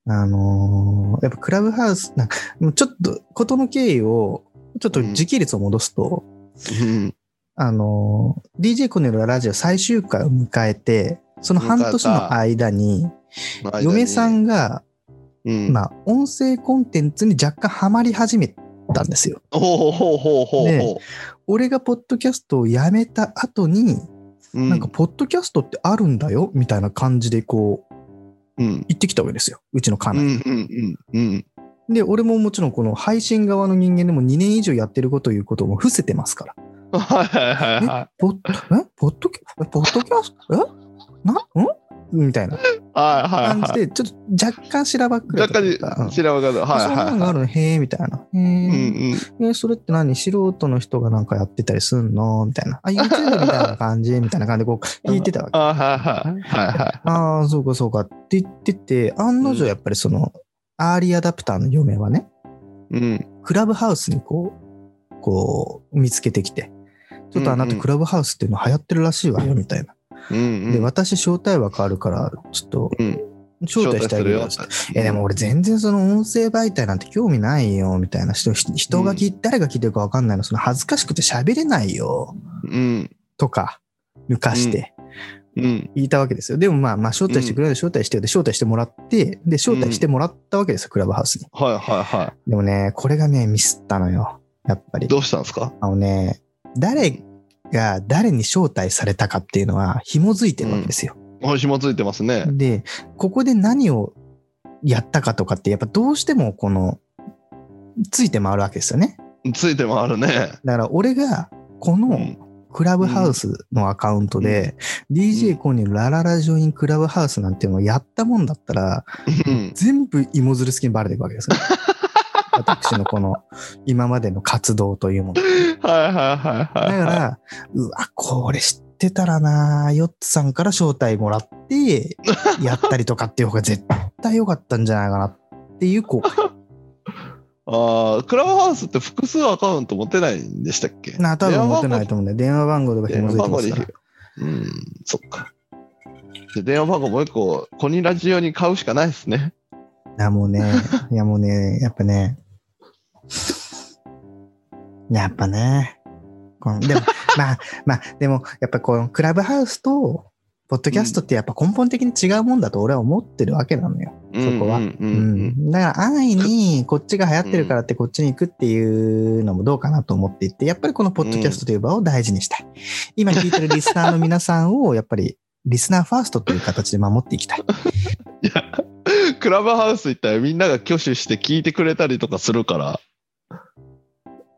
Speaker 1: あのーやっぱクラブハウス、なんか、もうちょっと、事の経緯を、ちょっと時系列を戻すと、
Speaker 2: うん。
Speaker 1: あのー DJ コネのララジオ最終回を迎えて、その半年の間に、 嫁さんが、
Speaker 2: うん。
Speaker 1: まあ、音声コンテンツに若干ハマり始めたんですよ。
Speaker 2: ほうほうほうほうほ
Speaker 1: ね俺がポッドキャストをやめた後に、
Speaker 2: う。うん
Speaker 1: なんか、ポッドキャストってあるんだよみたいな感じで、こう、
Speaker 2: うん。
Speaker 1: 行ってきたわけですよ。うちの家
Speaker 2: うんう
Speaker 1: 内。
Speaker 2: んうんうん。
Speaker 1: で、俺ももちろんこの配信側の人間でも2年以上やってるこということも伏せてますから。
Speaker 2: はいはいはいはい。
Speaker 1: ポッ、えポッドキャ、ポッドキャスト、えなんんみたいな
Speaker 2: はいはい
Speaker 1: 感
Speaker 2: は
Speaker 1: じで、
Speaker 2: い。
Speaker 1: ちょっと若干しらばっくれた
Speaker 2: 若
Speaker 1: という
Speaker 2: 干
Speaker 1: か。
Speaker 2: に白髪が。はい
Speaker 1: そんな
Speaker 2: は
Speaker 1: の
Speaker 2: い
Speaker 1: があ
Speaker 2: は
Speaker 1: るのへえ、みたいな。へ
Speaker 2: い。うん
Speaker 1: え、えそれって何素人の人がなんかやってたりすんのみたいな。あ、YouTube みたいな感じ みたいな感じでこう、聞いてたわけ
Speaker 2: うん。あはいはいはいは
Speaker 1: ああ、そうかそうかって言ってて、案の定やっぱりその、アーリーアダプターの嫁はね、
Speaker 2: い。うん。
Speaker 1: クラブハウスにこう、こう、見つけてきて、ちょっとあな
Speaker 2: うん
Speaker 1: た
Speaker 2: うん
Speaker 1: クラブハウスっていうの流行ってるらしいわよ、みたいな。
Speaker 2: うんうん。
Speaker 1: で、私招待枠あるから、ちょっと
Speaker 2: うん、
Speaker 1: 招待してあげるよ。
Speaker 2: 招待するよ
Speaker 1: え、でも俺全然その音声媒体なんて興味ないよ、みたいな。人、ひ人が聞い、誰が聞いてるかわかんないの、その恥ずかしくて喋れないよ、
Speaker 2: うん。
Speaker 1: とか、抜かして。
Speaker 2: うん。
Speaker 1: 言いたわけですよ。でもまあ、まあ、招待してくれるので招待してよで、招待してもらって、で、招待してもらったわけですよ、クラブハウスに。
Speaker 2: はいはいは
Speaker 1: でもね、これがね、ミスったのよ。やっぱ
Speaker 2: い。
Speaker 1: り。
Speaker 2: どうしたんですか
Speaker 1: あのね、誰が誰に招待されたかっていうのは紐づいてるわけですよ。
Speaker 2: お紐ついてますね。
Speaker 1: で、ここで何をやったかとかって、やっぱどうしてもこの、ついて回るわけですよね。
Speaker 2: ついてもあるね。
Speaker 1: だから俺が、こ
Speaker 2: う
Speaker 1: の、
Speaker 2: ん。
Speaker 1: クラブハウスのアカウントで、DJ コニーのラララジオインクラブハウスなんていうのをやったもんだったら、
Speaker 2: うん
Speaker 1: 全部芋づる式にバレていくわけです よ。私のこの今までの活動というもの。
Speaker 2: はいはいはい
Speaker 1: だ
Speaker 2: は
Speaker 1: か
Speaker 2: いはい。
Speaker 1: ら、 うわ、これ知ってたらなヨッツさんから招待もら って、やったりとかっていう方が絶対良かったんじゃないかなっていう、こう、
Speaker 2: ああ、クラブハウスって複数アカウント持てないんでしたっけ
Speaker 1: な、多分持ってないと思う
Speaker 2: 思
Speaker 1: んだよ。電話番号とか紐づいてます
Speaker 2: 電話
Speaker 1: か
Speaker 2: 番
Speaker 1: ら
Speaker 2: 号。う。うん、そっか。で電話番号もう一個、コニラジオに買うしかないですね。
Speaker 1: いやもうね、いやもうね、やっぱね、やっぱね。こので も、まあ、まあ、でも、やっぱこのクラブハウスと、ポッドキャストってやっぱ根本的に違うもんだと俺は思ってるわけなのよ。そこは
Speaker 2: うんう
Speaker 1: うん
Speaker 2: うん
Speaker 1: ん。だから安易にこっちが流行ってるからってこっちに行くっていうのもどうかなと思っていて、やっぱりこのポッドキャストという場を大事にしたい。今聞いてるリスナーの皆さんを、やっぱりリスナーファーストという形で守っていきたい。
Speaker 2: クラブハウス行ったらみんなが挙手して聞いてくれたりとかするから。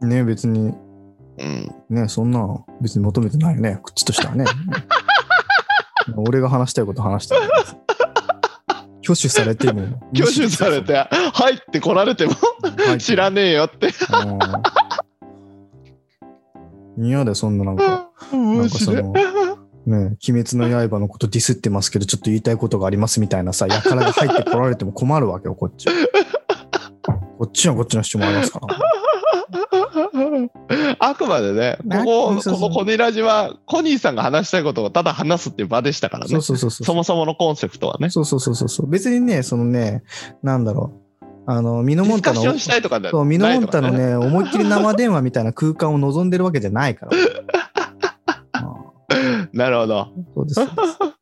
Speaker 1: ね別に、
Speaker 2: うん。
Speaker 1: ねそんな別に求めてないよね。こっちとしてはね。俺が話したいこと話したい。挙手されても。
Speaker 2: 挙手されて、入ってこられても知らねえよって。
Speaker 1: うん嫌だよ、そんななんか。
Speaker 2: 面白
Speaker 1: な
Speaker 2: い。
Speaker 1: んかねえ鬼滅の刃のことディスってますけど、ちょっと言いたいことがありますみたいなさ、やからが入ってこられても困るわけよ、こっちは。こっちはこっちの主張もありますから。
Speaker 2: あくまでね、こ
Speaker 1: あ
Speaker 2: こ、
Speaker 1: そうそう
Speaker 2: このコニラジは、コニーさんが話したいことをただ話すっていう場でしたから ね。
Speaker 1: そうそうそうそう。
Speaker 2: そもそものコンセプトはね。
Speaker 1: そうそうそうそうそう。別にね、そのね、なんだろう。あの、ミノ
Speaker 2: デ
Speaker 1: モ
Speaker 2: ィ
Speaker 1: ン
Speaker 2: スカ
Speaker 1: タ
Speaker 2: ッ
Speaker 1: の
Speaker 2: ション、したいとかだ
Speaker 1: そうミノモンタの。ね、思いっきり生電話みたいな空間を望んでるわけじゃない から。あ
Speaker 2: なるほど。
Speaker 1: あそうですそうです。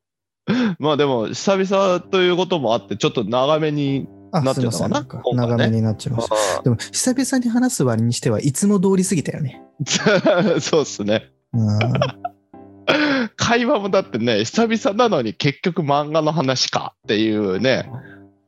Speaker 2: まあでも、久々ということもあって、ちょっと長めに。な
Speaker 1: あ、
Speaker 2: っ
Speaker 1: す
Speaker 2: ち
Speaker 1: い
Speaker 2: ゃ
Speaker 1: ま
Speaker 2: った
Speaker 1: せ
Speaker 2: か
Speaker 1: ん。
Speaker 2: な
Speaker 1: なんか
Speaker 2: 今回ね
Speaker 1: 長めになっちゃいました。でも、久々に話す割にしては、いつも通り過ぎたよね。
Speaker 2: そうですね。
Speaker 1: うん。
Speaker 2: 会話もだってね、久々なのに結局漫画の話かっていうね、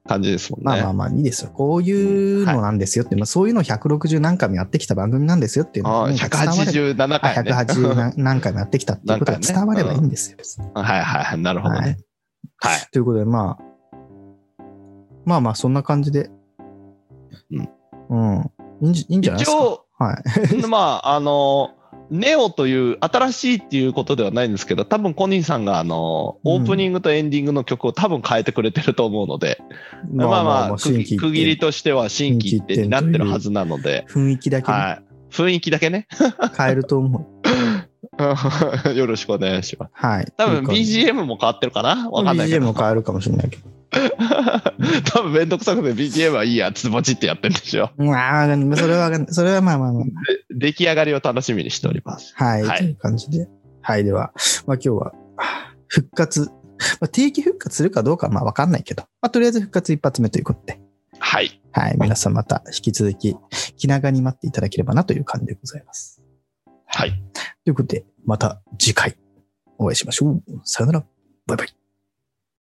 Speaker 2: 感じですもんね。
Speaker 1: まあまあまあいいですよ。こういうのなんですよって、まあ、そういうのを160何回もやってきた番組なんですよっていうのが
Speaker 2: ああ
Speaker 1: ね
Speaker 2: 187
Speaker 1: あ
Speaker 2: 回、ね。
Speaker 1: 180何何回もやってきたっていうことが伝わればいいんですよ。
Speaker 2: はいはいはい、なるほど
Speaker 1: は
Speaker 2: ね
Speaker 1: い。。
Speaker 2: はい。
Speaker 1: ということで、まあ、まあまあ、そんな感じで。うん。いいんじいいんじゃないで
Speaker 2: 一
Speaker 1: すか。
Speaker 2: 応、
Speaker 1: はい。
Speaker 2: まあ、あの、ネオという、新しいっていうことではないんですけど、多分コニーさんが、あの、
Speaker 1: うん
Speaker 2: オープニングとエンディングの曲を多分変えてくれてると思うので、まあまあ、区切区切りとしては新規一点になってるはずなので、
Speaker 1: 雰囲気だけね
Speaker 2: はい。雰囲気だけね。
Speaker 1: 変えると思う。
Speaker 2: よろしくお願いします。
Speaker 1: はい。
Speaker 2: 多分
Speaker 1: という
Speaker 2: BGM も変わってるかなわ
Speaker 1: 感
Speaker 2: かん
Speaker 1: じ
Speaker 2: ないけ
Speaker 1: BGM
Speaker 2: ど。
Speaker 1: も変えるかもしれないけど。
Speaker 2: 多分めんどくさくて BGM はいいや、つぼちってやってるんでしょ。
Speaker 1: うんああ、それはわかんない、それはまあまあまあ。
Speaker 2: 出来上がりを楽しみにしております。
Speaker 1: はい、
Speaker 2: はい
Speaker 1: という感じで。はい、では、まあ今日は、はあ復活、まあ、定期復活するかどうかはまあわかんないけど、まあとりあえず復活一発目ということで、
Speaker 2: はい。
Speaker 1: はい、皆さんまた引き続き気長に待っていただければなという感じでございます。
Speaker 2: はい。
Speaker 1: ということで、また次回お会いしましょう。さよなら。バイバイ。